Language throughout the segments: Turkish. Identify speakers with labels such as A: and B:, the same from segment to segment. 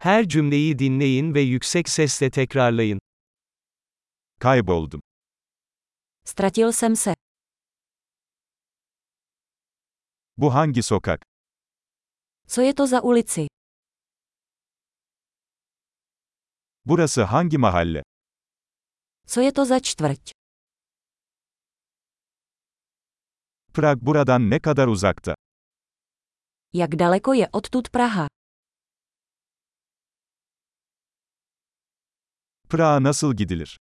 A: Her cümleyi dinleyin ve yüksek sesle tekrarlayın.
B: Kayboldum.
C: Ztratil jsem se.
B: Bu hangi sokak?
C: Co je to za ulici?
B: Burası hangi mahalle?
C: Co je to za čtvrť?
B: Prag buradan ne kadar uzakta?
C: Jak daleko je odtud Praha?
B: Prag'a nasıl gidilir?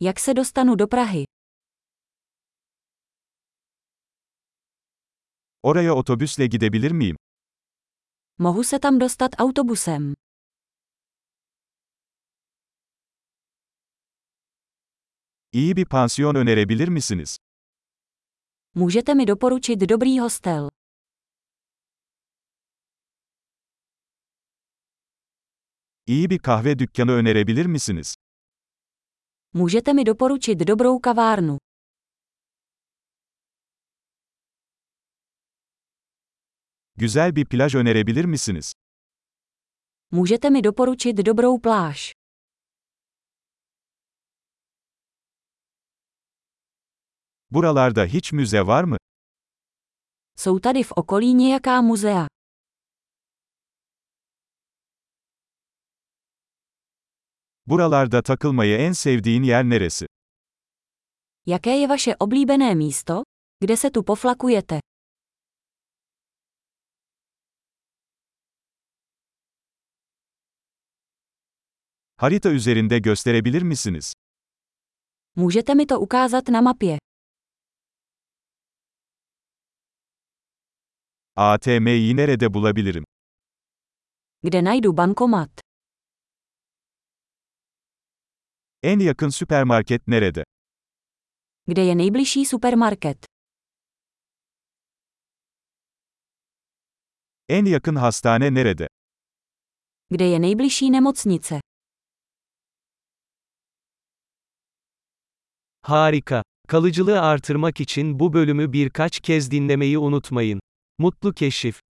C: Jak se dostanu do Prahy?
B: Oraya otobüsle gidebilir miyim?
C: Mohu se tam dostat autobusem.
B: İyi bir pansiyon önerebilir misiniz?
C: Můžete mi doporučit dobrý hostel.
B: İyi bir kahve dükkanı önerebilir misiniz?
C: Můžete mi doporučit dobrou kavárnu.
B: Güzel bir plaj önerebilir misiniz?
C: Můžete mi doporučit dobrou pláž.
B: Buralarda hiç müze var mı?
C: Jsou tady v okolí nějaká muzea.
B: Buralarda takılmayı en sevdiğin yer neresi?
C: Jaké je vaše oblíbené místo, kde se tu poflakujete?
B: Harita üzerinde gösterebilir misiniz?
C: Můžete mi to ukázat na mapě.
B: ATM'yi nerede bulabilirim?
C: Kde najdu bankomat?
B: En yakın süpermarket nerede?
C: Kde je nejbližší supermarket?
B: En yakın hastane nerede?
C: Kde je nejbližší nemocnice?
A: Harika. Kalıcılığı artırmak için bu bölümü birkaç kez dinlemeyi unutmayın. Mutlu keşif.